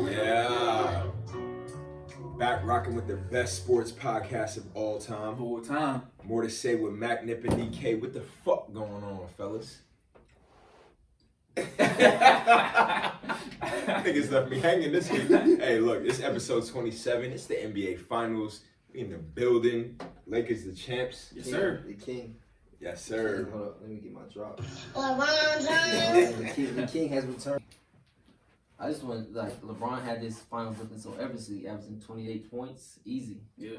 Yeah. Back rocking with the best sports podcast of all time. Whole time. More to say with Mac Nip and DK. What the fuck going on, fellas? Niggas left me hanging this week. hey, look, it's episode 27. It's the NBA Finals. We in the building. Lakers the champs. Yes, sir. The king. Yes, King, sir. Hold up, let me get my drop. LeBron James. the, king, the king has returned. I just want like LeBron had this finals looking so effortlessly, averaging 28 points, easy. Yeah.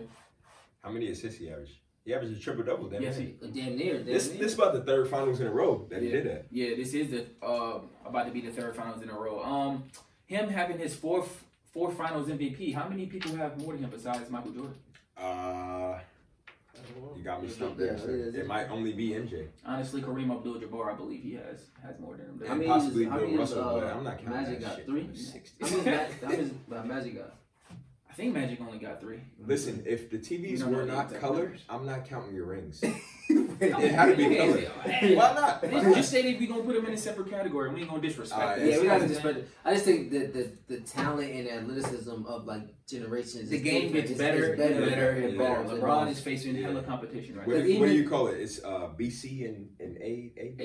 How many assists he averaged? He averaged a triple double, damn Yes, it. he- Uh, Damn near. Damn This near. this about the third finals in a row that he Yeah. did that. Yeah, this is the uh, about to be the third finals in a row. Um, him having his fourth fourth finals MVP. How many people have more than him besides Michael Jordan? Uh, you got me stumped there, Yeah, sir. it is. It might only be MJ. Honestly, Kareem Abdul-Jabbar, I believe he has has more than him. And I mean, possibly I Bill mean, Russell, uh, but I'm not counting Magic that got shit. three. I'm 60. How many Ma- how many uh, Magic got? I think Magic only got three. Listen, if the TVs You don't were know not that colored, much. I'm not counting your rings. yeah, It had to be Yeah, colored. yeah. Why not? Why Just- not? Just say that we gonna put him in a separate category. We ain't gonna disrespect. Alright, that. yeah, Yeah, we gotta gotta just spread it. I just think the, the the talent and athleticism of like generations. The is game different. gets It's- better, it's and better yeah, and yeah. better. It LeBron evolves. is facing Yeah. hella competition What, what right now. do Like you even- call it? It's uh, BC and, and A. A.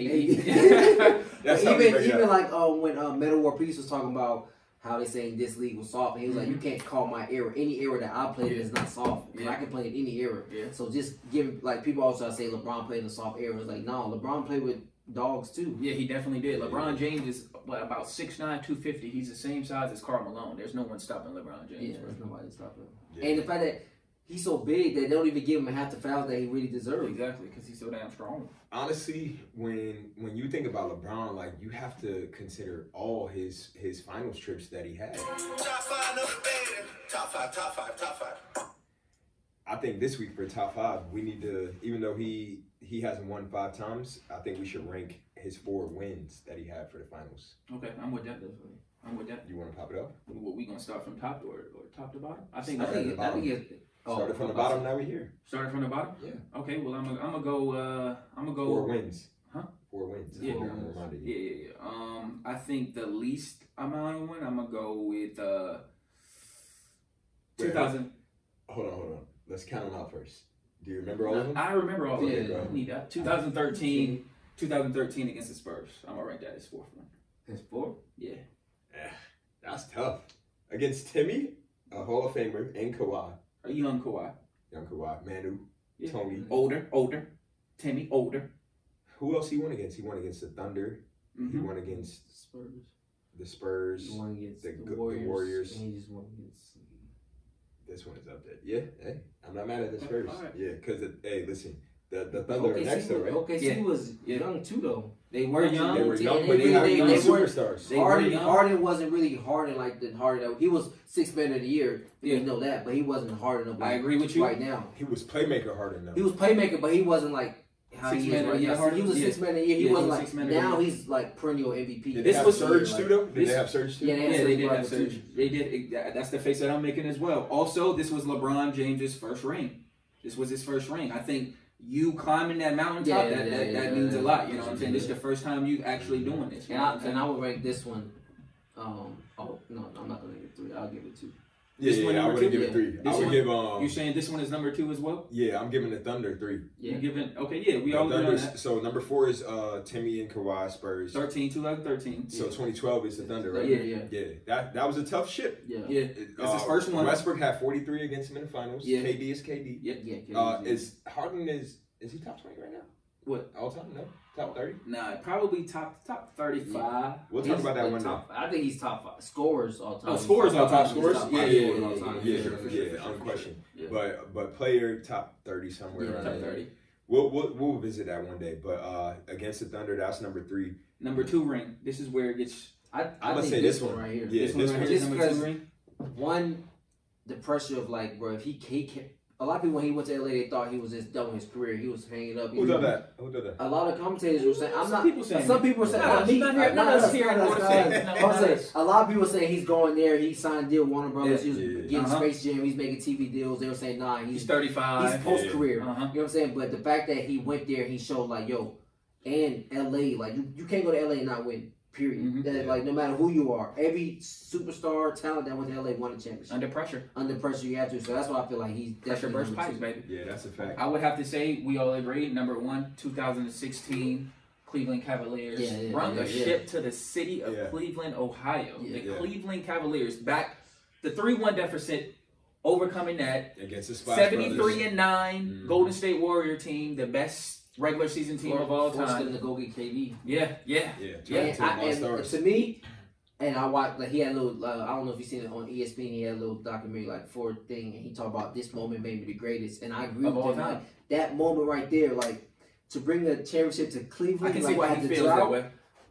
AD. That's how we even break it even up. like um, when uh, Metal War Peace was talking about how they saying this league was soft, and he was like, "You can't call my era any era that I played in is not soft. 'cause Mm-hmm. Yeah. I can play in any era." Yeah. So just give like people also say LeBron played in a soft era. It's like no, LeBron played with dogs too. Yeah, he definitely did. Yeah. LeBron James is what about 6'9", 250. He's the same size as Carl Malone. There's no one stopping LeBron James. Yeah, there's nobody stopping. him. Yeah. And the fact that he's so big that they don't even give him half the fouls that he really bro. deserves. Exactly, because he's so damn strong. honestly, when when you think about LeBron, like you have to consider all his his finals trips that he had. Top five, another beta. Top five, top five, top five. I think this week for top five, we need to even though he he hasn't won five times, I think we should rank his four wins that he had for the finals. Okay, I'm with that. I'm with that. You want to pop it up? What we gonna start from top or, or top to bottom? I think I Started think from the I think it's oh, Started from the I'm bottom. about Now we're here. starting from the bottom. Yeah. Okay. Well, I'm gonna I'm gonna go. Uh, I'm gonna go. Four wins. Huh? Four wins. Yeah. Four wins. Reminded you. Yeah, yeah, yeah. Um, I think the least amount of one. I'm gonna go with uh. Wait, 2000. Hold on, hold on. Let's count them out first. Do you remember all of them? I remember all of Yeah, it. bro. I need that. 2013, 2013 against the Spurs. I'm gonna rank that as fourth one. to say It's four. Yeah. Eh, That's tough. Against Timmy, a Hall of Famer, and Kawhi, A young Kawhi. young Kawhi, Manu, Yeah. Tony. Older, older. Timmy, older. Who else he won against? He won against the Thunder. He Mhm. won against Spurs. the Spurs. He won against The the, Go- the Warriors. Warriors. And he just won against This one is up there. Yeah, hey, I'm not mad at this Okay, first. alright. Yeah, because hey, listen, the the Thunder are next was, though, right? OKC Yeah. was Yeah. young too, though. They were young. They were They- young, they but they, really- have they- young they weren't- superstars. They were Harden, young. Harden wasn't really Harden like the Harden. That, he was six man of the year. Yeah. You know that, but he wasn't Harden. Of, I like, agree with you. Right now, he was playmaker Harden though. he was playmaker, but he wasn't like how Six he man is of right the year now. Harden? He was a Yeah. six man of the year. He Yeah, he wasn't was like six man of the now year. he's like perennial MVP. Did This they have was- surge like- too though? Did this- they have surge too? Yeah, they- Yeah, they did Right, have the surge. two- They did. it- that- That's the face that I'm making as well. Also, this was LeBron James's first ring. This was his first ring. I think you climbing that mountaintop, Yeah, that, yeah, that, yeah, that means a yeah. lot. You know what I'm saying? This is the first time you actually doing this. You and know I what I'm and saying? I would rank this one. Um, oh no, I'm not gonna give it three. I'll give it two. yeah, This yeah, one yeah, I number wouldn't two? give it three. This I would one? give um. you saying this one is number two as well? yeah, I'm giving the Thunder three. Yeah, You giving? Okay, yeah, we The all agree on Thunder's- that. So number four is uh Timmy and Kawhi Spurs. 13, 2013. So 2012 is the Thunder, right? Yeah, yeah, Yeah, that that was a tough ship. yeah, Yeah, that's his Uh, first one. Westbrook had 43 against him in the finals. Yeah. KD is KD. Yeah. yeah. Uh, yeah. is Harden is is he top twenty right now? What? all time? No, top thirty. Nah, probably top top 35. We'll talk He's about that like one. top- I think he's top five scorers all time. Oh, scorers all time. He's Scorers? top Yeah, five yeah, scorers yeah, all yeah, time. day. yeah, Yeah, for sure, for sure, for yeah, sure, for unquestioned. sure. Yeah. But but player top thirty somewhere Yeah, around Top there. 30. We'll, we'll we'll visit that one day. But uh, against the Thunder, that's number three. Number two ring. This is where it gets. I, I I'ma think say this this one one. right here. Yeah, this one this right one- here is just number two because- ring. One, the pressure of like, bro, if he, he ca- a lot of people when he went to LA, they thought he was just done with his career. He was hanging up. Who done that? Who done that? A lot of commentators were saying, "I'm Some not." people saying some that. people were saying, Nah, not me, not here, not not us, us here, not I us, wanna say. not Not us. I'm saying, us. A lot of people saying he's going there. He signed a deal with Warner Brothers. Yeah, he was yeah, yeah. getting Uh-huh. Space Jam. He's making TV deals. They were saying, "Nah, He's he's 35. he's post career." Uh-huh. You know what I'm saying? But the fact that he went there, he showed like, yo, and LA, like you, you can't go to LA and not win. Period. Mhm. That, Yeah. Like no matter who you are, every superstar talent that went to LA won a championship. Under pressure. Under pressure, you have to. So that's why I feel like he's Mm-hmm. Pressure definitely burst number pipes, two. baby. Yeah, that's a fact. I would have to say we all agree. Number one, 2016 Cleveland Cavaliers Yeah, yeah, run yeah, the yeah. ship to the city of Yeah. Cleveland, Ohio. Yeah. the Yeah. Cleveland Cavaliers back the three-one deficit, overcoming that Against the Splash 73 Brothers. and 9 Mm-hmm. Mhm. Golden State Warrior team, the best regular season team of all Forced time. them to go get KD. Yeah, yeah. Yeah, Yeah, turn it And, to I, the and stars. to me, and I watched like he had a little. Uh, I don't know if you seen it on ESPN. He had a little documentary like Ford thing, and he talked about this moment made me the greatest, and I agree Of with all him. time. Like, that moment right there, like to bring a championship to Cleveland. I can like, see why had he the feels drought. that way.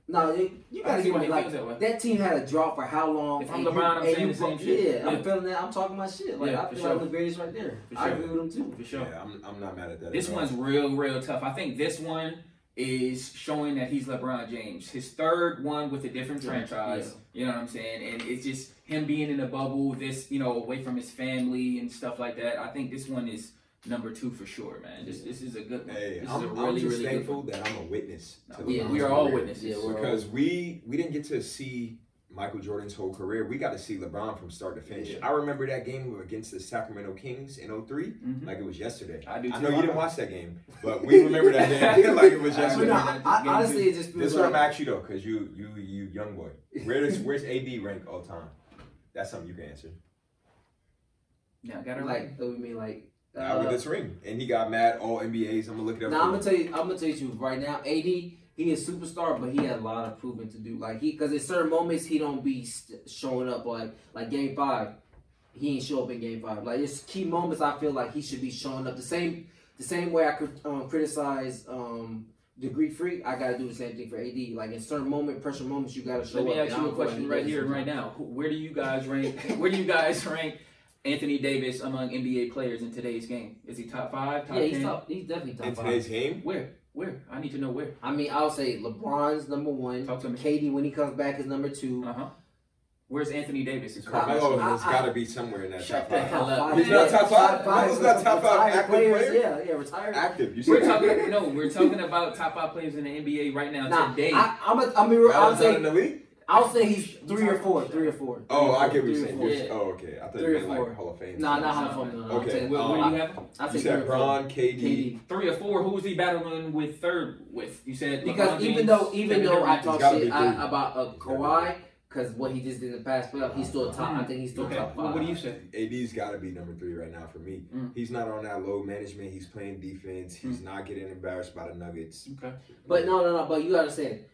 No, you, I you can gotta see give why me he like feels that way. that team had a draw for how long? If I'm and you- LeBron, I'm and saying you the same bro- shit. Yeah, Yeah. I'm feeling that. I'm talking my shit. Like Yeah, I for feel like I'm sure. the greatest right there. For I sure. agree with him too. For sure. Yeah, I'm, I'm not mad at that. This at all. one's real, real tough. I think this one is showing that he's LeBron James. His third one with a different Yeah, franchise. You know what I'm saying? And it's just him being in a bubble, this, you know, away from his family and stuff like that. I think this one is number two for sure, man. This, this is a good one. Hey, this I'm, is a I'm really, just really good thankful one. that I'm a witness. No, to we- LeBron's we are all career. witnesses. Yeah, we're all- because we we didn't get to see Michael Jordan's whole career. We got to see LeBron from start to finish. Yeah. I remember that game against the Sacramento Kings in 3 Mhm. like it was yesterday. I do too. I know you didn't watch that game, but we remember that game like it was I But yesterday. no, remember I, that I, game, honestly, too. it just This feels is what I'm like asking you though, because you you you young boy. Where does where's AB rank all time? That's something you can answer. Yeah, I got it right. like what we mean like. Now with uh, this ring, and he got mad all NBAs. I'm gonna look it up. Now I'm for gonna tell you, I'm gonna tell you truth right now. AD, he is superstar, but he had a lot of proving to do. Like he, because in certain moments he don't be st- showing up. Like like game five, he ain't show up in game five. Like it's key moments. I feel like he should be showing up. The same the same way I could um, criticize um, the Greek Freak. I gotta do the same thing for AD. Like in certain moment, pressure moments, you gotta Let show up. me and ask I you a don't feel like question he right does here, and right sometimes. now. Who- Where do you guys rank? Where do you guys rank Anthony Davis among NBA players in today's game? Is he top five? Top Yeah, he's ten? top. He's definitely top in five. today's game. Where? Where? I need to know where. I mean, I'll say LeBron's number one. Talk to me. KD when he comes back is number two. Uh huh. Where's Anthony Davis? Is Carmelo I- has I- got to be somewhere in that Shut top the five. hell up. He's not top five? Michael's not top five Retired active players, player? Yeah, yeah, retired. Active, you We're said talking active. no, we're talking about top five players in the NBA right now Nah, today. I, I'm a, I mean, real- I'll Miles not in say, the league. I'll say he's three or four, three or four. Oh, Three or I four, get what three you're or saying. four. You're- Oh, okay. I thought Three you or meant four. like Hall of Fame. Nah, not Hall of Fame. No, no, Okay, I'll say, where, um, where do you have him? I'll You say three said or four. Braun, KD. KD. Three or four. Who was he battling with third with? You said LeBron Because even James, though, even Kevin though I Durant. talk gotta shit be I, three. about uh, Kawhi, because what he just did in the past playoff, Uh, he's still top. mm-hmm. I think he's still Okay, top well, five. what do you say? AD's got to be number three right now for me. Mm. He's not on that low management. He's playing defense. He's not getting embarrassed by the Nuggets. Okay. But no, no, no. But you understand.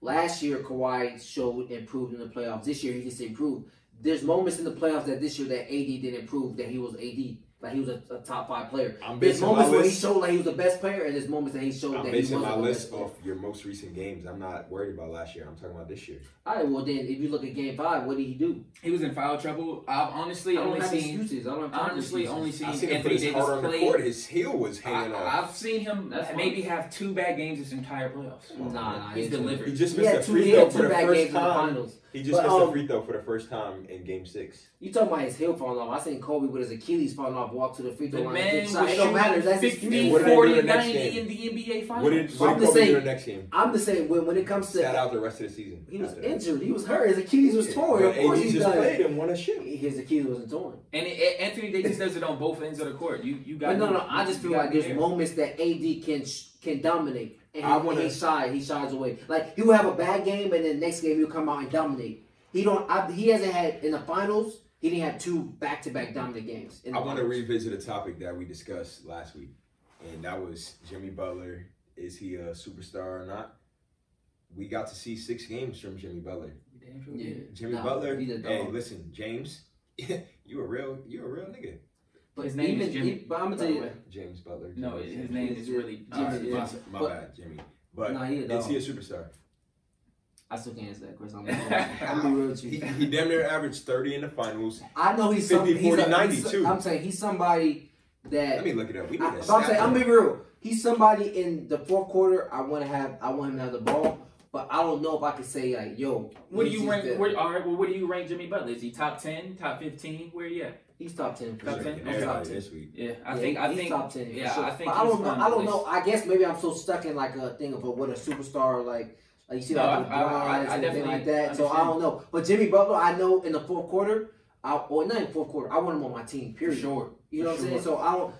Last year, Kawhi showed improved in the playoffs. This year, he just improved. There's moments in the playoffs that this year that AD didn't improve. That he was AD, like he was a, a top five player. I'm There's basing my moments where he list. showed like he was the best player, and there's moments that he showed I'm that he basing wasn't my the list best player. off your most recent games. I'm not worried about last year. I'm talking about this year. All right. Well, then if you look at Game Five, what did he do? He was in foul trouble. I've honestly I don't only have seen. excuses. I don't have time for Honestly, excuses. only I seen seen him put Anthony his Davis heart on the play. court. His heel was hanging I, off. I've seen him That's fine. maybe have two bad games his entire playoffs. Nah, nah, he's he didn't. He delivered. just He missed had a two, free he throw had for two the bad first games in the time. finals. He just But, missed a um, free throw for the first time in Game Six. You talking about his heel falling off? I seen Kobe with his Achilles falling off, walk to the free The throw line. and man get was shot. It don't matter. That's shooting 50, excuses. And what did they do 40, the next 90 game? in the NBA What Finals. did I'm what did just Kobe do saying- the next game? I'm just saying when when it comes to Sat out the rest of the season. He was after that. injured. He was hurt. His Achilles was torn. But of course, AD he's just done. played and won a ship. His Achilles wasn't torn. And it, it- Anthony Davis does it on both ends of the court. You you got But no, no. I just feel like there's moments that AD can sh- can dominate, and he, I wanna- and he shy. He shies away. Like he will have a bad game, and then next game he'll come out and dominate. He don't. I, he hasn't had in the finals. He didn't have two back to back dominant games. In the I want to finals. revisit a topic that we discussed last week, and that was Jimmy Butler. Is he a superstar or not? We got to see six games from Jimmy Butler. Yeah. Jimmy Nah, Butler. he's a dog. Hey, listen, James, you a real, you a real nigga, But His name is even, Jimmy, e- But I'm gonna by tell the you. way. James Butler. No, Jimmy his James. name is really All right, Jimmy, yeah. my, my But- bad, Jimmy. But nah, he a is dog. he a superstar? I still can't answer that question. I'm gonna be real with He, you. he damn near averaged thirty in the finals. I know he's some, 50, he's 40, a- 90 he's a- too. I'm saying he's somebody that Let me look it up. We need I, a but I'm stat saying, I'm line. being real. He's somebody in the fourth quarter. I want to have. I want him to have the ball, but I don't know if I could say like, yo. What do he's you just rank? the- Where, all right, well, what do you rank Jimmy Butler? Is he top ten, top fifteen? Where yeah, he's top ten. For Top sure. Shit, and 10? He's everybody top 10. this week. yeah. I Yeah, think I he's think top ten. for yeah, sure. I think. But I he's don't know. on I the don't know. list. I guess maybe I'm so stuck in like a thing of a, what a superstar like Like you see, No, like I- the I- I- Browns I and everything definitely like that. So I understand. don't know. But Jimmy Butler, I know in the fourth quarter, I or not in fourth quarter, I want him on my team. for Period. sure. You know what I'm saying? So I don't.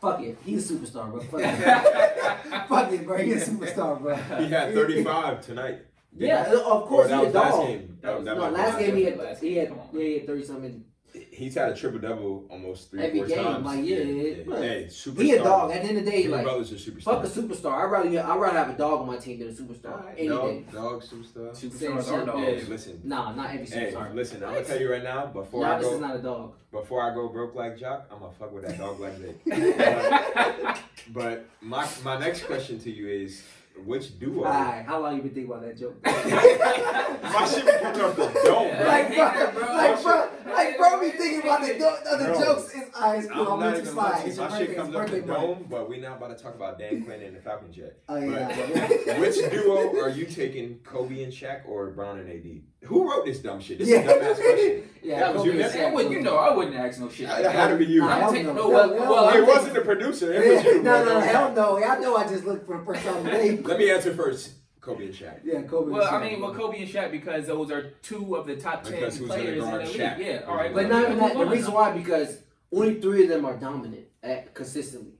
Fuck it. He's a superstar, bro. Fuck it. Fuck Fuck it, bro. He's a superstar, bro. He had 35 tonight. Yeah, of Or course. that He's a was last dog. game. That was- that No, might be last game he had, Last game, he had, come on, yeah, he had thirty something. He's had a triple double almost three Every four game, times. like, yeah, yeah, yeah. Hey, superstar. He a dog. At the end of the day, Jimmy like Butler's a superstar. fuck a superstar. I rather, I rather have a dog on my team than a superstar. Any day. Dog, dog, superstar. Superstars Same are shit, Hey, dogs. listen. Nah, not every Hey, superstar. listen. I'm gonna What? tell you right now. Before nah, I this is go, not a dog. before I go broke like Jock, I'm gonna fuck with that dog like Jake. But my my next question to you is, which duo? Alright, how long you been thinking about that joke? My shit be coming up the dome, bro. I like, bro, hate it, bro. like, bro, like, bro, be thinking about the, do- the Bro. jokes. Is alright, it's cool. I'm not I'm let you even gonna slide. lie It's to you. My your birthday. shit It's comes up the birthday month. dome, but we're not about to talk about Dan Quinn and the Falcons yet. Oh yeah. But which duo are you taking, Kobe and Shaq or Brown and AD? Who wrote this dumb shit? This Yeah. is a dumbass question. Yeah, That was Kobe you, and man. Shaq, I would- you know, I wouldn't ask no shit. like That had to be you. Nah, I'm hell taking- no. no, well, Hell no. well, I'm it taking- wasn't the producer. It was you. no, no, bro. hell no. Y'all know I just looked for the first time today. Let me answer first. Kobe and Shaq. Yeah, Kobe. Well, Shaq. I mean, with Kobe and Shaq, because those are two of the top ten Because who's gonna players in the guard league. Shaq? Yeah, all right. But not even that. The reason why because only three of them are dominant at, consistently.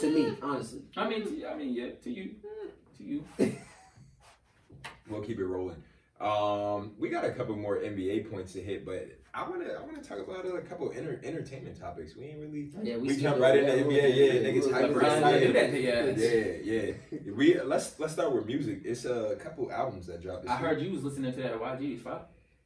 To me, honestly. I mean, to- I mean, yeah, to you, to you. We'll keep it rolling. Um, we got a couple more NBA points to hit, but I wanna I wanna talk about uh, a couple enter, entertainment topics. We ain't really Yeah, We see jump the- right into we- NBA, yeah, niggas we- hype we- right we- into that, Mm. yeah. yeah yeah. We let's let's start with music. It's uh, a couple albums that dropped. This I week. heard you was listening to that at YG's five.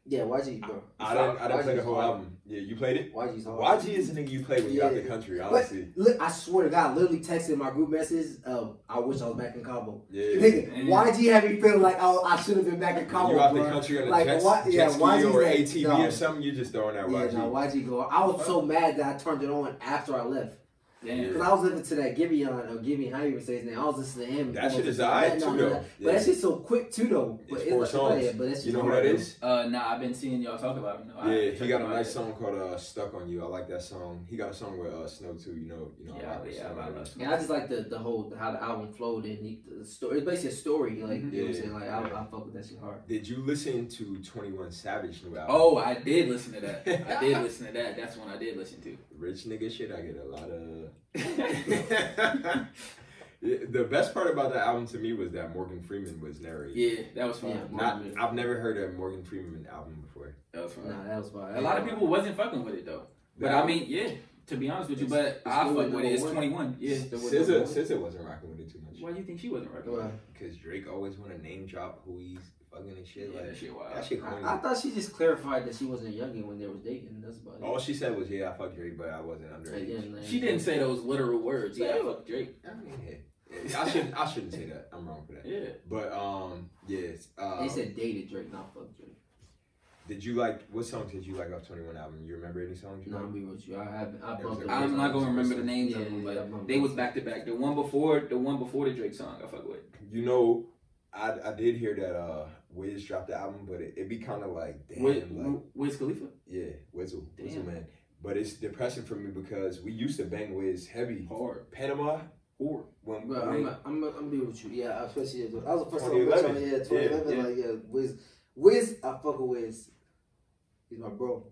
Yeah, YG, bro. I didn't I didn't play the whole YG's album. Yeah, you played it. YG's hard. YG is the nigga you play when you out the Yeah. country. But- Honestly, Look, I swear to God, I literally texted my group message. Uh, I wish I was back in Cabo. yeah. Nigga, YG had me feeling like I, I should have been back in Cabo. you out bro. the country on a Like, jet, why- jet yeah, ski YG's or like, ATV no. or something. You just throwing out Yeah, YG. no, YG go. I was so mad that I turned it on after I left. Damn. Because I was listening to that uh, Giveon, or Giveon, how you even say his name. I was listening to him. That shit is No, alright, no, too, no, though. no. But that Yeah. shit's so quick, too, though. But it's four songs. yeah, but that's you just know who hard, that though. is? Uh, nah, I've been seeing y'all talk about him. No, I Yeah, haven't he checked got a him out nice yet. song called uh, "Stuck on You." I like that song. He got a song with uh, Snow too. You know, you know. I Yeah, like yeah, Snow. I love Yeah, I just like the, the whole how the album flowed and he, the story. It's basically a story, like you know what I'm Yeah, saying. Like I, Mm-hmm. yeah. I fuck with that shit hard. Did you listen to Twenty One Savage new album? Oh, I did listen to that. I did listen to that. That's one I did listen to. Rich nigga shit, I get a lot of. the best part about that album to me was that Morgan Freeman was narrating. yeah, that was fun. Yeah. Not, I've never heard a Morgan Freeman album before. That was fun. Nah, that was fire. A lot of people wasn't fucking with it though. But I mean, yeah. To be honest with you, but I still fuck with it. It's number one. 21. Yeah. SZA, SZA wasn't rocking with it too much Why do you think she wasn't right? Well, because Drake always want to name drop who he's fucking and shit. Yeah, Like that shit that wild. shit corny. I, I thought she just clarified that she wasn't a youngin when they was dating. That's about it. All she said was, "Yeah, I fucked Drake, but I wasn't underage." Again, like- She didn't say those literal words. Yeah, I fuck Drake. I mean, hey, I shouldn't. I shouldn't say that. I'm wrong for that. Yeah. But um, yes. Uh, They said dated Drake, not fuck Drake. did you like what songs did you like off Twenty One album? You remember any songs? You No, I'm like? be with you. I haven't. I bumped. Yeah, I'm not gonna remember the names Yeah, of them, yeah, yeah, I'm- but they was back to back. The one before, the one before the Drake song, I fuck with. You know, I I did hear that uh Wiz dropped the album, but it, it be kind of like damn, Wiz, like Wiz Khalifa. yeah, Wizzle, Wizzle Damn. man. But it's depressing for me because we used to bang Wiz heavy. Hard. Panama Or when Bro, I'm, I'm, I'm, I'm be with you. Yeah, especially if, that was the first time. I met 2011. him, Yeah, 2011. Yeah, Like yeah, Wiz, Wiz, I fuck with Wiz. He's my bro.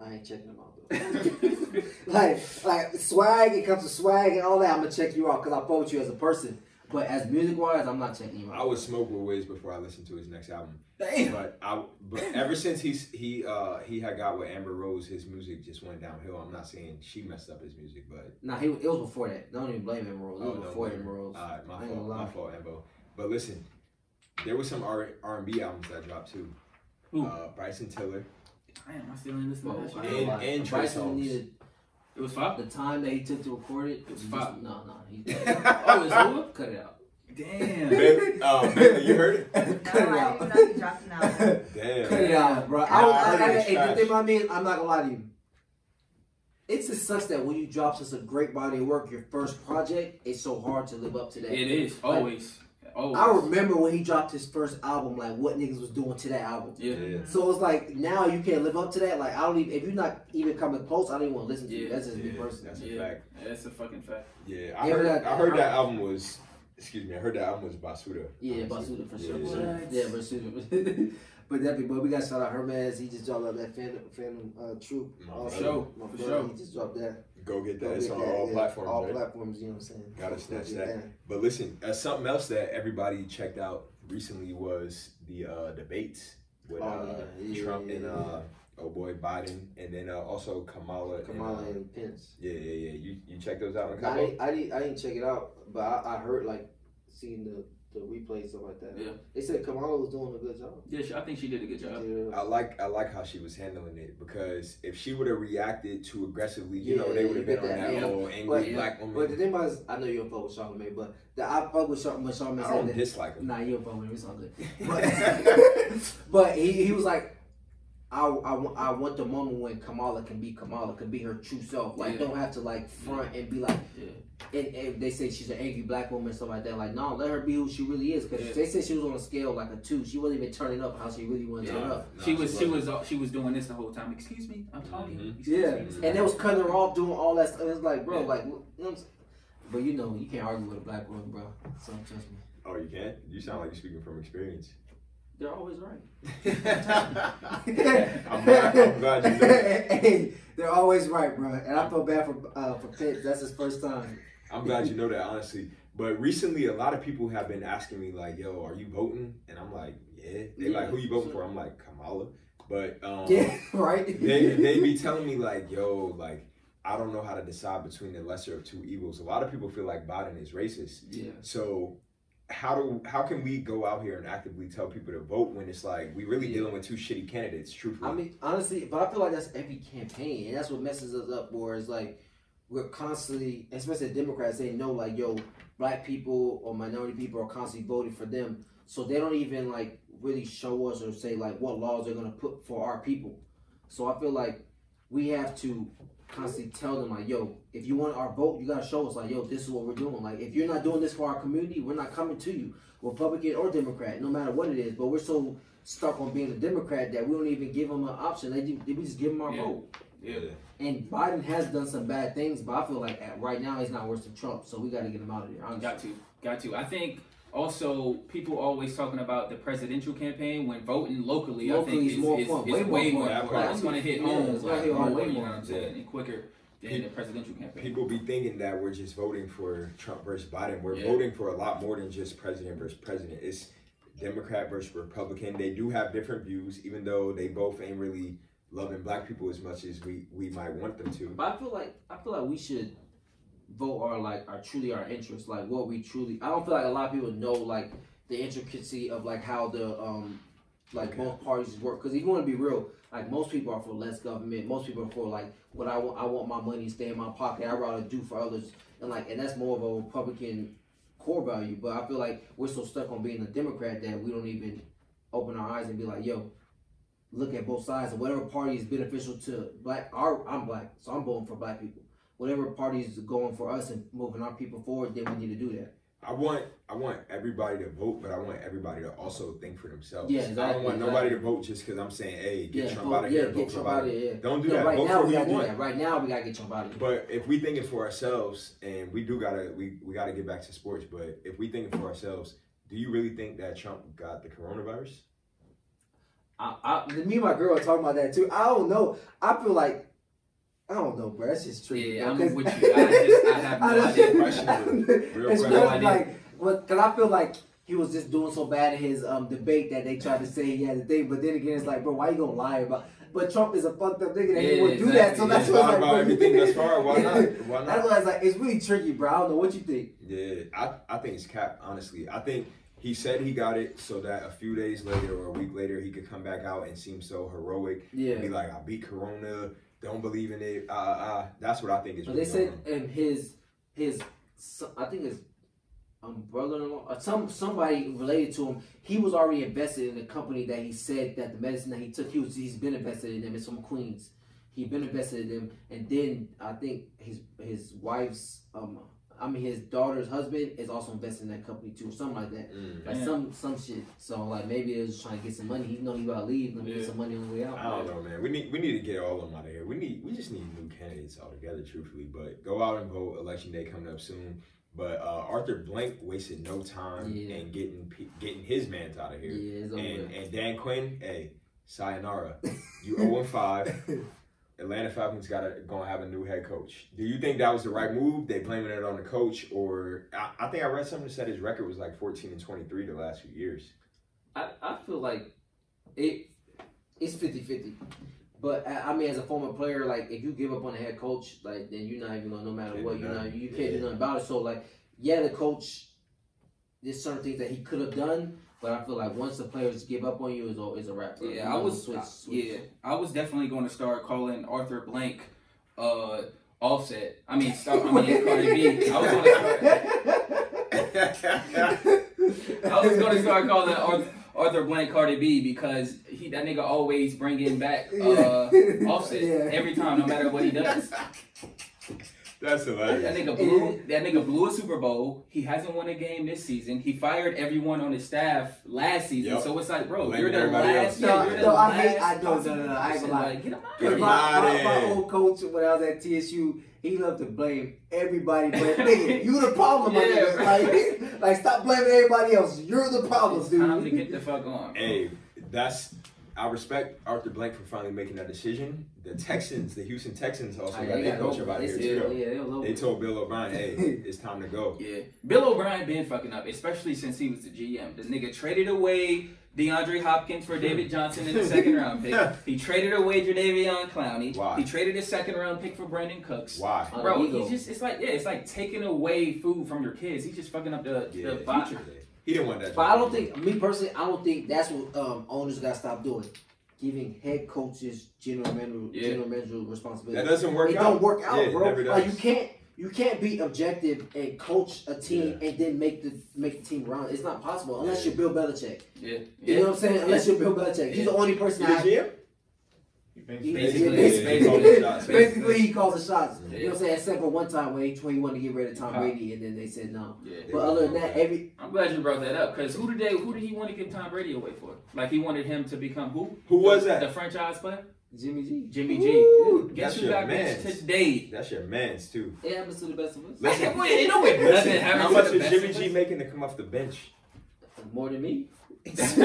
I ain't checking him out though. like, like swag. It comes to swag and all that. I'm gonna check you out because I fuck with you as a person. But as music wise, I'm not checking you I out. would smoke with Wiz before I listened to his next album. damn. But I, but ever since he's he uh he had got with Amber Rose, his music just went downhill. I'm not saying she messed up his music, but Nah, he, it was before that. Don't even blame Emerald. It was Oh, no, before whatever. Emerald. All right, I my ain't fault, gonna my lie. fault, Embo. But listen, there was some R and B albums that dropped too. Who? Uh, Bryson Tiller. Damn, I still ain't listening to that Well, I shit. ain't gonna lie. and Trey Bryson Songz. needed It was five. the time that he took to record it. was you fire. just- No, no, he Oh, it's over. cut it out. Damn. Babe, uh, babe, you heard it? Cut it I out. didn't know you dropped an album. Cut Damn. it out, bro. I, Nah, don't, I heard I, I, it's hey, trash. the thing about me, is, I'm not gonna lie to you. It just sucks that when you drop such a great body of work, your first project, it's so hard to live up to that. It is always. Always. I remember when he dropped his first album, like what niggas was doing to that album. Yeah. Yeah. So it's like now you can't live up to that. Like I don't even if you're not even coming close, I don't even want to listen to you. Yeah. That's just me Yeah, personally. that's a Yeah. fact. That's a fucking fact. Yeah, I Yeah, heard. that- I heard that album was Excuse me, I heard the album was Basuda. Yeah, Basuda for sure. Yeah. What? Yeah, Basuda. But definitely, but we got to shout out Hermes. He just dropped out that Phantom, Phantom uh, Troop. My Also, brother. my For brother, sure. He just dropped that. Go get Go that. It's get on that, all yeah, platforms, All right? platforms, you know what I'm saying? Gotta Go snatch get that. But listen, uh, something else that everybody checked out recently was the uh, debates with Oh, uh, yeah, Trump yeah, and yeah. uh, oh boy Biden, and then uh, also Kamala. and, Kamala uh, and Pence. yeah, yeah, yeah. You you check those out, I Cabo? didn't, I didn't, I didn't check it out, but I, I heard like seeing the the replay stuff like that. Yeah. They said Kamala was doing a good job. Yeah, she- I think she did a good job. I like I like how she was handling it because if she would have reacted too aggressively, you know, Yeah, they would you have been get on that, that yeah. whole angry But- black woman. But the thing was, I know you don't fuck with Charlamagne, but the I fuck with Charlamagne. When Charlamagne I don't said dislike him. nah, you're bumming. It's all good. that, but, but he, he was like, I, I, want- I want the moment when Kamala can be Kamala, can be her true self. Like, Yeah. don't have to like front and be like, Yeah. and, and they say she's an angry black woman and stuff like that. Like, no, let her be who she really is. Because Yeah. they said she was on a scale like a two. She wasn't even turning up how she really wanted to turn Nah, up. nah, she was she wasn't. was she was doing this the whole time. Excuse me, I'm talking. Mhm. Excuse Yeah. me. And they was cutting her off, doing all that stuff. It's like, bro, Yeah. like, you know what I'm saying? But you know, you can't argue with a black woman, bro. So trust me, Oh, you can't. You sound like you're speaking from experience. they're always right. I'm I'm glad, I'm glad you know. that. hey, they're always right, bro. And I feel bad for uh, for Pence. That's his first time. I'm glad you know that, honestly. But recently, a lot of people have been asking me, like, yo, are you voting? And I'm like, yeah. They like, who you voting for? I'm like, Kamala. But um, Yeah, right. they, they be telling me, like, yo, like, I don't know how to decide between the lesser of two evils. A lot of people feel like Biden is racist. Yeah. So how do how can we go out here and actively tell people to vote when it's like we really Yeah. dealing with two shitty candidates, truthfully? I mean, honestly, but I feel like that's every campaign, and that's what messes us up. Or is like we're constantly, especially Democrats, they know like, yo, black people or minority people are constantly voting for them, so they don't even like really show us or say like what laws they're gonna put for our people. So I feel like we have to constantly tell them like, yo, if you want our vote, you gotta show us like, yo, this is what we're doing. Like, if you're not doing this for our community, we're not coming to you, Republican or Democrat, no matter what it is. But we're so stuck on being a Democrat that we don't even give them an option. They ju- we just give them our Yeah. vote. Yeah. And Biden has done some bad things, but I feel like at, right now he's not worse than Trump, so we gotta get him out of here. Honestly. Got to, got to. I think also people always talking about the presidential campaign when voting locally. I Locally think is more is, fun, is way more way fun. more That important. part. It's gonna hit Yeah, home. it's gonna like, hit home more, way you know more. what I'm saying, and quicker than the presidential campaign. people be thinking that we're just voting for Trump versus Biden. We're Yeah. voting for a lot more than just president versus president. It's Democrat versus Republican. They do have different views, even though they both ain't really loving black people as much as we, we might want them to. But I feel like I feel like we should vote our like our truly our interests, like what we truly. I don't feel like a lot of people know like the intricacy of like how the um like Okay. both parties work. Because if you want to be real, like most people are for less government. Most people are for like what I want. I want my money to stay in my pocket. I would rather do for others, and like and that's more of a Republican core value. But I feel like we're so stuck on being a Democrat that we don't even open our eyes and be like, yo, look at both sides and whatever party is beneficial to black our I'm black, so I'm voting for black people. Whatever party is going for us and moving our people forward, then we need to do that. I want I want everybody to vote, but I want everybody to also think for themselves. Yeah, I exactly, don't want nobody to vote just because I'm saying, hey, get Trump vote- out of here, yeah, vote get for Trump out of Biden. here. yeah. Don't do Yeah, that. right vote now for we who gotta you do want. that. Right now we gotta get Trump out of here. But if we thinking for ourselves, and we do gotta we, we gotta get back to sports, but if we thinking for ourselves, do you really think that Trump got the coronavirus? I, I, Me and my girl were talking about that too. I don't know. I feel like I don't know, bro. That's just tricky. Yeah, bro, I'm 'cause- with you. I just- I have no don't- idea. Questionable. Real it's questionable. really like, what? Because I feel like he was just doing so bad in his um debate that they tried to say he had a thing, but then again, it's like, bro, why you gonna lie about? But Trump is a fucked up nigga that he Yeah, would do that. So exactly. that's It's what not it's like. about bro. everything thus far. Why not? Why That's not? why it's like it's really tricky, bro. I don't know what you think. Yeah, I, I think it's cap, honestly. I think he said he got it so that a few days later or a week later he could come back out and seem so heroic. yeah. Be like, I beat Corona, don't believe in it. Uh, uh, that's what I think is But they really said going on. um, his his so- I think his um, brother-in-law or some somebody related to him. He was already invested in the company that he said that the medicine that he took. He was he's been invested in them. It's from Queens. He been invested in them, and then I think his his wife's um I mean his daughter's husband is also invested in that company too, or something like that. Mm. Like Yeah. some some shit. So like maybe they was trying to get some money. He know he about to leave. Let me Yeah. get some money on the way out. I don't know, man. We need we need to get all of them out of here. We need we just need new candidates altogether, truthfully. But go out and vote. Election day coming up soon. But uh, Arthur Blank wasted no time Yeah. in getting pe- getting his man's out of here. Yeah, it's over. And, with. and Dan Quinn, hey, sayonara. You 0 and 5. Atlanta Falcons got to gonna have a new head coach. Do you think that was the right move? They blaming it on the coach, or I, I think I read something that said his record was like fourteen and twenty three the last few years. I, I feel like it it's 50-50. But I, I mean, as a former player, like if you give up on a head coach, like then you're not even gonna. No matter Can't what, do you're not. nothing. You can't do nothing about it. So like, yeah, the coach. There's certain things that he could have done, but I feel like once the players give up on you, is a is a wrap. bro. You Yeah, I gotta was. switch- I- switch. Yeah, I was definitely going to start calling Arthur Blank, uh, Offset. I mean, start, I mean Cardi B. I was going to start. I was going to start calling Arthur, Arthur Blank Cardi B because he that nigga always bringing back uh, Yeah. Offset Yeah. every time, no matter what he does. That's That hilarious. nigga blew that nigga blew a Super Bowl. He hasn't won a game this season. He fired everyone on his staff last season. Yep. So it's like, bro, Blaming you're the everybody last. else. yeah, No, you're the no, I hate- last I don't- no, no, no, I ain't person. gonna lie. Like, get him out Get Cause him of my, here. my, outta my here. old coach when I was at TSU, he loved to blame everybody. But nigga, you the problem, my Yeah. nigga. Like, like stop blaming everybody else. You're the problem, It's time to dude. get the fuck on. Hey, that's I respect Arthur Blank for finally making that decision. The Texans, the Houston Texans, also Like, got they their got coach over. about Oh, They here still- too. yeah, they was over. They told Bill O'Brien, "Hey, it's time to go." Yeah, Bill O'Brien been fucking up, especially since he was the GM. This nigga traded away DeAndre Hopkins for David Johnson in the second round pick. He traded away Jadavion Clowney. Why? He traded a second round pick for Brandon Cooks. Why? Uh, Bro, ego. he's just it's like yeah, it's like taking away food from your kids. He's just fucking up the, Yeah, the future. he didn't want that. But I job. don't think me personally. I don't think that's what um, owners got to stop doing, giving head coaches general manager Yeah. general manager responsibility. that doesn't work it out. don't work out, Yeah, it bro. never Like you does. can't you can't be objective and coach a team and then make the make the team run. It's not possible unless Yeah. you're Bill Belichick. Yeah, You know yeah. what I'm saying? Unless you're Bill Belichick, he's Yeah. the only person. You the I, GM? Basically, basically, basically. basically, Shots, basically, he calls the shots. You know Yeah. what I'm saying? Except for one time when he, when he wanted to get rid of Tom Huh. Brady, and then they said no. Yeah. But other than that, every I'm glad you brought that up because who did they, who did he want to give Tom Brady away for? Like he wanted him to become who? Who was The- that? The franchise player, Jimmy G, Jimmy G. Ooh, Guess that's who your got benched mans. today? That's your man's too. it happens to the best of us. Listen, Wait, you know what? Listen, Nothing how happens much to the is best Jimmy of G us. making to come off the bench? More than me. He got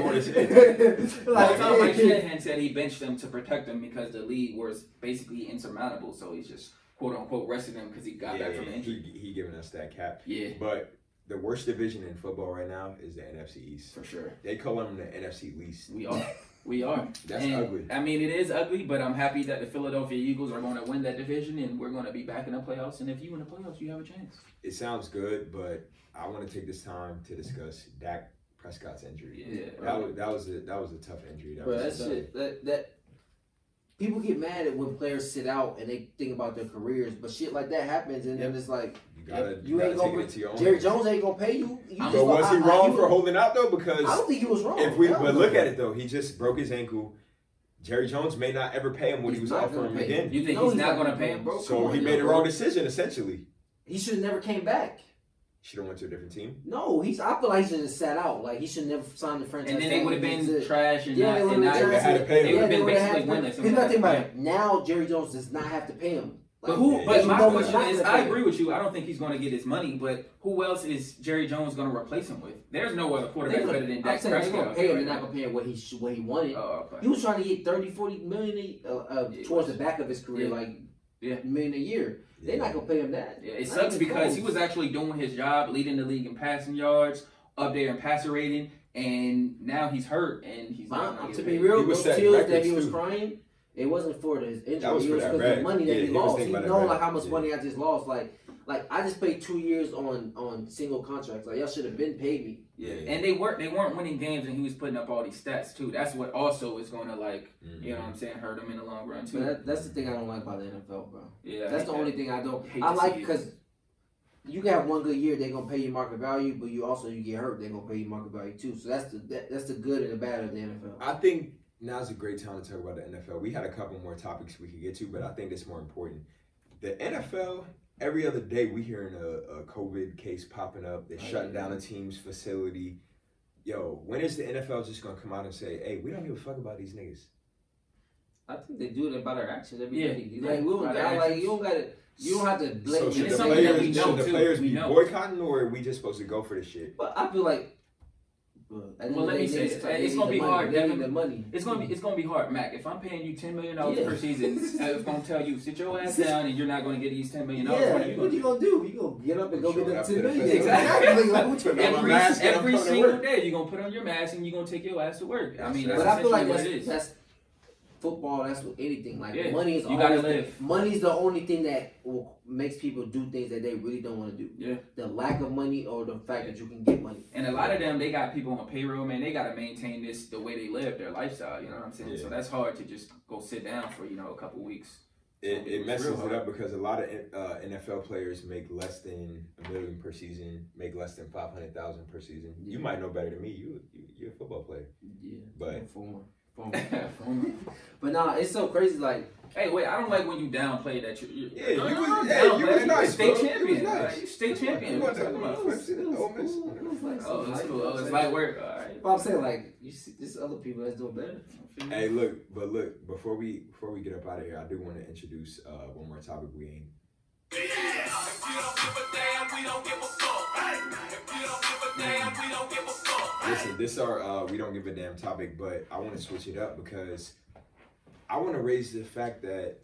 more than shit. Like, Tom Mike like, Shanahan said he benched them to protect them because the league was basically insurmountable. So he's just quote unquote resting them because he got Yeah, back from injury. he, he giving us that cap. Yeah, But the worst division in football right now is the NFC East. for sure. They call them the NFC least. We are. We are. That's And, ugly. I mean, it is ugly, but I'm happy that the Philadelphia Eagles are going to win that division and we're going to be back in the playoffs. And if you in the playoffs, you have a chance. It sounds good, but I want to take this time to discuss Dak Prescott's injury. Yeah. That was that was a, that was a tough injury. That Bro, that was shit, that that people get mad at when players sit out and they think about their careers, but shit like that happens, and then it's like You gotta Yep. you, You ain't gotta gonna take it to your own. Jerry hands. Jones ain't gonna pay you. you But But just- was he I- I- wrong you- for holding out though? Because I don't think he was wrong. If we Hell but no. look at it though, he just broke his ankle. Jerry Jones may not ever pay him what he was He's not offering him gonna pay again. You think No, he's, he's not not going to pay him, gonna. bro? So Come he on, made yo. a wrong decision essentially. he should have never came back. Should have went to a different team. No, he's. I feel like he should have sat out. Like he should never signed the franchise. And then they tag. would have He's been a- trash and Yeah, not. they would and have not- They would've been had to pay him. They would Yeah, have been would've had basically to pay him. winless. Here's the thing about it. Now Jerry Jones does not have to pay him. But who? Yeah, But you my know he's question not is, gonna I pay agree with you. I don't think he's going to get his money. But who else is Jerry Jones going to replace him with? There's no other quarterback better than I'm Dak saying they're Prescott. gonna out pay there him. They're right not gonna pay him what he sh- what he wanted. now. Oh, okay. He was trying to get 30, 40 million a, uh, uh, Yeah. towards the back of his career, Yeah. like Yeah. million a year. They're not gonna pay him that. Yeah, it Not sucks even because close. he was actually doing his job, leading the league in passing yards, up there in passer rating, and now he's hurt and he's not. Mom, gonna to get be paid. real, He was those setting tears that records, he was too. crying, it wasn't for his injury. That was it for was that for the rag. money Yeah, that he, he was lost. He thinking about that know like rag. how much Yeah. money I just lost. Like, like I just paid two years on on single contracts. Like y'all should have been paid me. Yeah, and they weren't they weren't winning games, and he was putting up all these stats too. That's what also is going to like, you know, what I'm Mm-hmm. saying, hurt him in the long run But too. that, that's the thing I don't like about the NFL, bro. Yeah, I That's hate the that. only thing I don't. Hate I to like see it. because you can have one good year, they're gonna pay you market value, but you also you get hurt, they're gonna pay you market value too. So that's the that, that's the good and the bad of the NFL. I think now's a great time to talk about the NFL. We had a couple more topics we could get to, but I think it's more important. The NFL, every other day we hearing a, a COVID case popping up. They're shutting down a team's facility. Yo, when is the NFL just gonna come out and say, hey, we don't give a fuck about these niggas? I think they do it about our actions every Yeah. day. Like we don't By their gotta- like actions. you don't gotta you don't have to So blame should it's the something that players, we know should the too. players We be know. boycotting, or are we just supposed to go for this shit? But I feel like Well, let me say this. It's gonna be hard, They Devin. need the money. It's gonna be it's gonna be hard, Mac. If I'm paying you ten million dollars Yeah. per season, I'm gonna tell you sit your ass down and you're not gonna get these ten million dollars. yeah, what are you gonna what you do? gonna do? You gonna get up and go Sure, get that after two the million? festival. Exactly. Like, what you Put on my Every, mask and I'm every coming to single work. day, you're gonna put on your mask and you're gonna take your ass to work. I mean, that's But I feel like what that's, it is. that's football. That's with anything. Like Yeah, money is you gotta always the- live. money's the only thing that will, makes people do things that they really don't want to do. Yeah. The lack of money or the fact that you can get money. And a lot of them, they got people on payroll, man. They got to maintain this the way they live, their lifestyle. You know what I'm saying? Yeah. So that's hard to just go sit down for you know a couple weeks. It, it Oh, It's messes real it hard. up because a lot of uh, NFL players make less than a million per season, make less than five hundred thousand per season. You might know better than me. You, you you're a football player, Yeah. but Former. hey, But nah, it's so crazy. Like wait! I don't like when you downplay that you're. you're Yeah, no, you no, was- no, yeah, you downplay. was nice, state bro. You champion. was nice. right? You state champion. You What want you to- talking about? you want to- Ole Miss? Oh, it's cool. Oh, it's light work. All right. But I'm saying like you see, there's other people that's doing better. hey, look, but look, before we before we get up out of here, I do want to introduce uh, one more topic we ain't If you don't give a damn, we don't give a fuck. If you don't give a damn, we don't give a fuck. Listen, this our uh, we don't give a damn topic, but I want to switch it up because I want to raise the fact that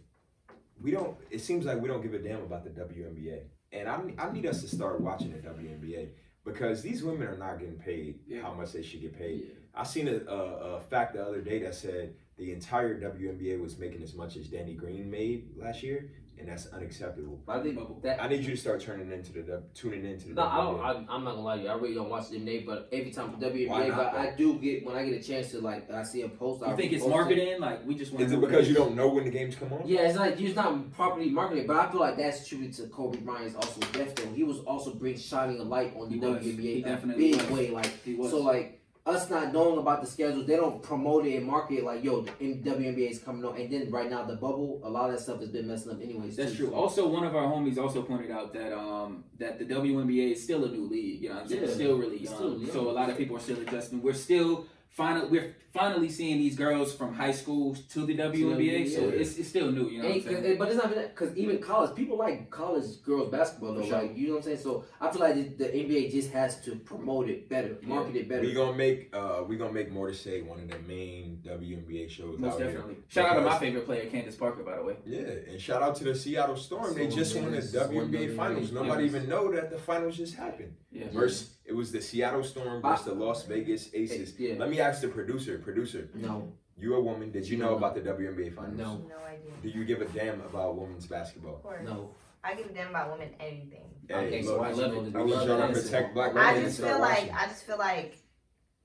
we don't. It seems like we don't give a damn about the WNBA, and I I need us to start watching the WNBA because these women are not getting paid Yeah. how much they should get paid. I seen a, a, a fact the other day that said the entire WNBA was making as much as Danny Green made last year, and that's unacceptable. I Bubble. think that I need you to start turning into the W- tuning into the No, I don't. WNBA. I, I'm not gonna lie to you. I really don't watch the NBA, but every time Why WNBA, not, but though? I do get when I get a chance to like I see a post. I You think it's post it. marketing? Like we just want. Is it because you don't know when the games come on? Yeah, it's not. It's not properly marketed, but I feel like that's true to Kobe Bryant's also death. Though he was also bring shining a light on the He was. WNBA He in a definitely big was. way. Like He was. so, like us not knowing about the schedule, they don't promote it and market it like yo, the M- WNBA is coming on. And then right now the bubble, a lot of that stuff has been messing up anyways. That's too. true. Also, one of our homies also pointed out that um that the WNBA is still a new league. You know, what I'm saying Yeah. It's still really It's young. still young. So a lot of people are still adjusting. We're still final. We're finally seeing these girls from high school to the WNBA. WNBA, so yeah. it's, it's still new. You know, what Hey, I'm 'cause- saying? but it's not even that because even college people like college girls basketball though. For sure. Like you know what I'm saying. So I feel like the, the NBA just has to promote it better, Yeah. market it better. We gonna make uh we gonna make more to say one of the main WNBA shows most out definitely. here. Shout out to my Because- favorite player, Candace Parker, by the way. Yeah, and shout out to the Seattle Storm. they So just won the many- so WNBA many finals. Nobody finals. even know that the finals just happened. Yeah. Versus it was the Seattle Storm versus the Las Vegas Aces. Yeah. Let me ask the producer. Producer, No, you a woman? Did you know No. about the WNBA finals? No. No idea. Do you give a damn about women's Of basketball? course. no. I give a damn about women anything. Hey, okay, so look, I love we it. I was trying to Listen. protect black women. I and just start feel like watching. I just feel like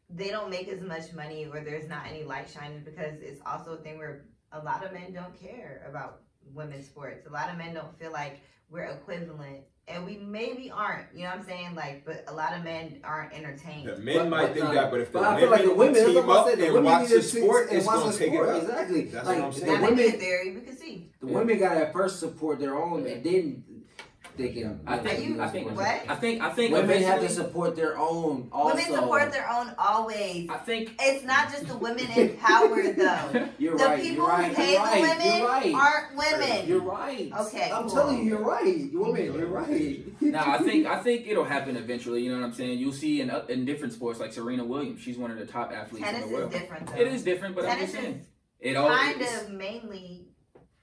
they don't make as much money or there's not any light shining because it's also a thing where a lot of men don't care about women's sports. A lot of men don't feel like we're equivalent and we maybe aren't, you know what I'm saying? Like but a lot of men aren't entertained. the men But- might but think nah, that, but if the but I women feel like the women, that's team what I up said, the and women watch need the to team sport, and it's watch gonna the take it sport. up. Exactly. That's like, what I'm the saying. That women- is a theory. We could see. The Yeah. women gotta at first support their own, and then they can. I think. you- I think. What? I think. I think. women have to eventually- support their own. Also, women support their own always. I think. It's not just the women in power though. You're the right. people you're right. who pay you're the right. women you're right. aren't women. You're right. Okay, I'm cool. telling you, you're right. Women, you're right. No, I think I think it'll happen eventually. You know what I'm saying? You'll see in up- in different sports like Serena Williams. She's one of the top athletes Tennis in the world. is different though. It is different, but I'm Tennis just is saying it all. kind it's, of mainly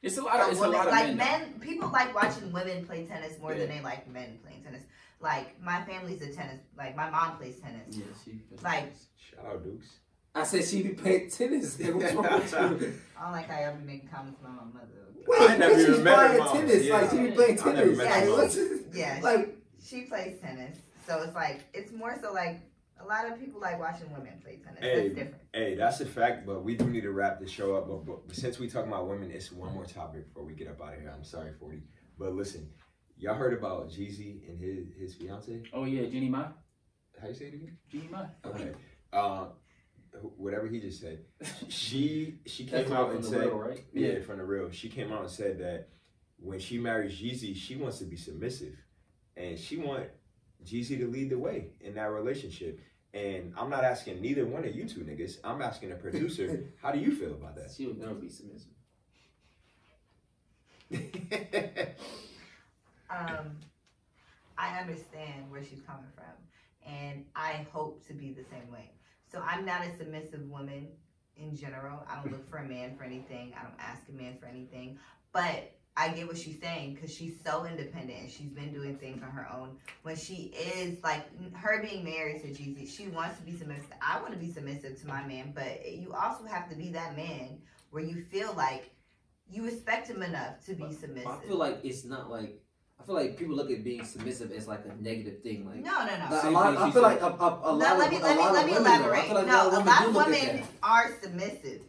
it's a lot. Of, for it's a women. lot of like men. though. men, people like watching women play tennis more than Yeah. they like men playing tennis. Like my family's a tennis. Like my mom plays tennis. Yeah, she. Like- Shout out Dukes. I said she be playing tennis. Like, what's wrong with you? I don't like how y'all be making comments about my mother. I never she's even met her playing mom. tennis. Yeah. Like she be playing I never tennis. met her Like, mom. what's this- Yeah, Like she plays tennis, so it's like it's more so like a lot of people like watching women play tennis. Hey. That's different. Hey, that's a fact, but we do need to wrap the show up. But, but since we talking about women, it's one more topic before we get up out of here. I'm sorry, 40. But listen, y'all heard about Jeezy and his his fiance? Oh yeah, Jenny Ma. How you say it again? Jenny Ma. Okay. Uh, wh- whatever he just said. She she that's came not out from and the said real, right? Yeah, from the real. She came out and said that when she marries Jeezy, she wants to be submissive. And she want Jeezy to lead the way in that relationship. And I'm not asking neither one of you two niggas. I'm asking the producer, how do you feel about that? She would never be submissive. Um, I understand where she's coming from, and I hope to be the same way. So I'm not a submissive woman in general. I don't look for a man for anything. I don't ask a man for anything. But I get what she's saying because she's so independent and she's been doing things on her own. When she is like her being married to Jeezy, she wants to be submissive. I want to be submissive to my man, but you also have to be that man where you feel like you respect him enough to be submissive. I feel like it's not like I feel like people look at being submissive as like a negative thing. Like no, no, no. Like, a Same lot, thing I she feel like said. a, a, a No, lot let of me a let me lot let of me women, though, I elaborate. feel like a no, a lot of do look at women that. are submissive.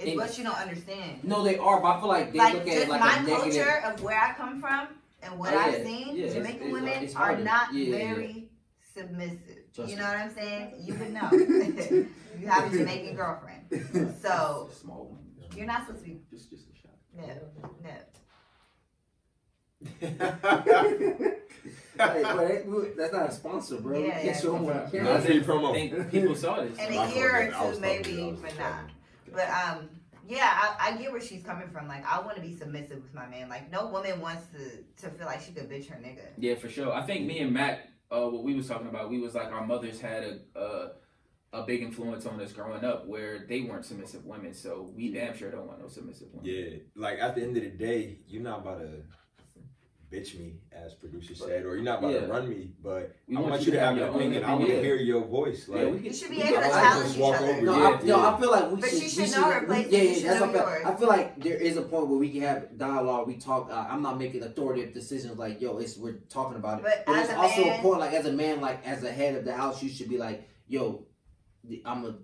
It's And- what you don't understand. no, they are, but I feel like they Like look at it just like my a negative. culture of where I come from and what Oh, I've yeah, seen, yeah, it's- Jamaican it's- women it's are harder. not Yeah, yeah, yeah. very submissive. Trust you me. know what I'm saying? You would know. you have a Jamaican girlfriend. So small one. you're not supposed to be Just, just a shot. no, no. Hey, Not but it- we- that's not a sponsor, bro. Yeah, we yeah. can't show them what I No, I free think- promo. I think people saw this. And My a year fault, or I was two, talking to you, I maybe, was but talking. not. But um, yeah, I, I get where she's coming from. Like, I want to be submissive with my man. Like, no woman wants to to feel like she could bitch her nigga. Yeah, for sure. I think me and Matt, uh, what we was talking about, we was like our mothers had a uh, a big influence on us growing up, where they weren't submissive women, so we damn sure don't want no submissive women. Yeah, like at the end of the day, you're not about to bitch me, as producer said, or you're not about Yeah. to run me, but We I want you to have your your own opinion. I want opinion. to hear your voice. Like, Yeah, we You can- should we be can able to always challenge challenge just each walk other. over No, I, Yeah, no, I dude. feel like we But should. she we should know her we- place, Yeah, she yeah, should that's know what I feel. yours. I feel like there is a point where we can have dialogue. We talk. Uh, I'm not making authoritative decisions. Like, yo, it's we're talking about it. But as there's a also man- a point, like as a man, like as a head of the house, you should be like, yo, I'm gonna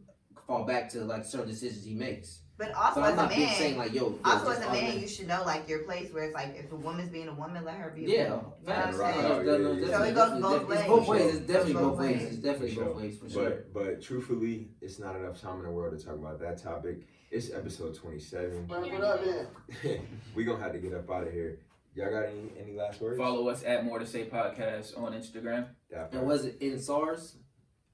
fall back to like certain decisions he makes. But So also I'm as a not being saying man, like, yo. yo, also just as a on man, that. you should know like your place where it's like if a woman's being a woman, let her be. a Yeah, woman. You know what I'm facts. right. saying? Yeah, yeah, yeah. definitely- So it goes both It's both ways. ways. It's definitely Both both ways. ways. It's definitely For sure. both ways for sure. But but truthfully, it's not enough time in the world to talk about that topic. It's episode twenty seven. we gonna have to get up out of here. Y'all got any any last words? Follow us at More to Say Podcast on Instagram. That And part. was it in SARS?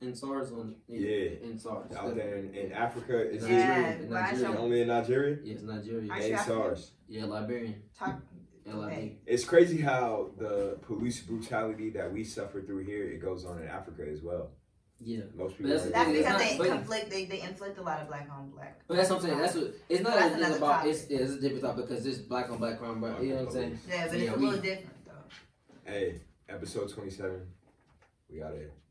In SARS on Yeah. in SARS. out there in, in Africa, is Yeah, Israel why Nigeria. don't only in Nigeria? Yeah, it's Nigeria. Are And you SARS. Yeah, Liberian. talk? Yeah, Liberian. It's crazy how the police brutality that we suffer through here it goes on in Africa as well. Yeah. Most But people. that's the aren't That's thing, doing it's because that. not- they but- conflict. They they inflict a lot of black on black. But that's what I'm saying. That's what it's not That's as another it's about topic. it's, it's a different topic because it's black on black crime, bro. You know what I'm saying? Yeah, but Yeah, it's a we- little different though. Hey, episode twenty seven. We got it.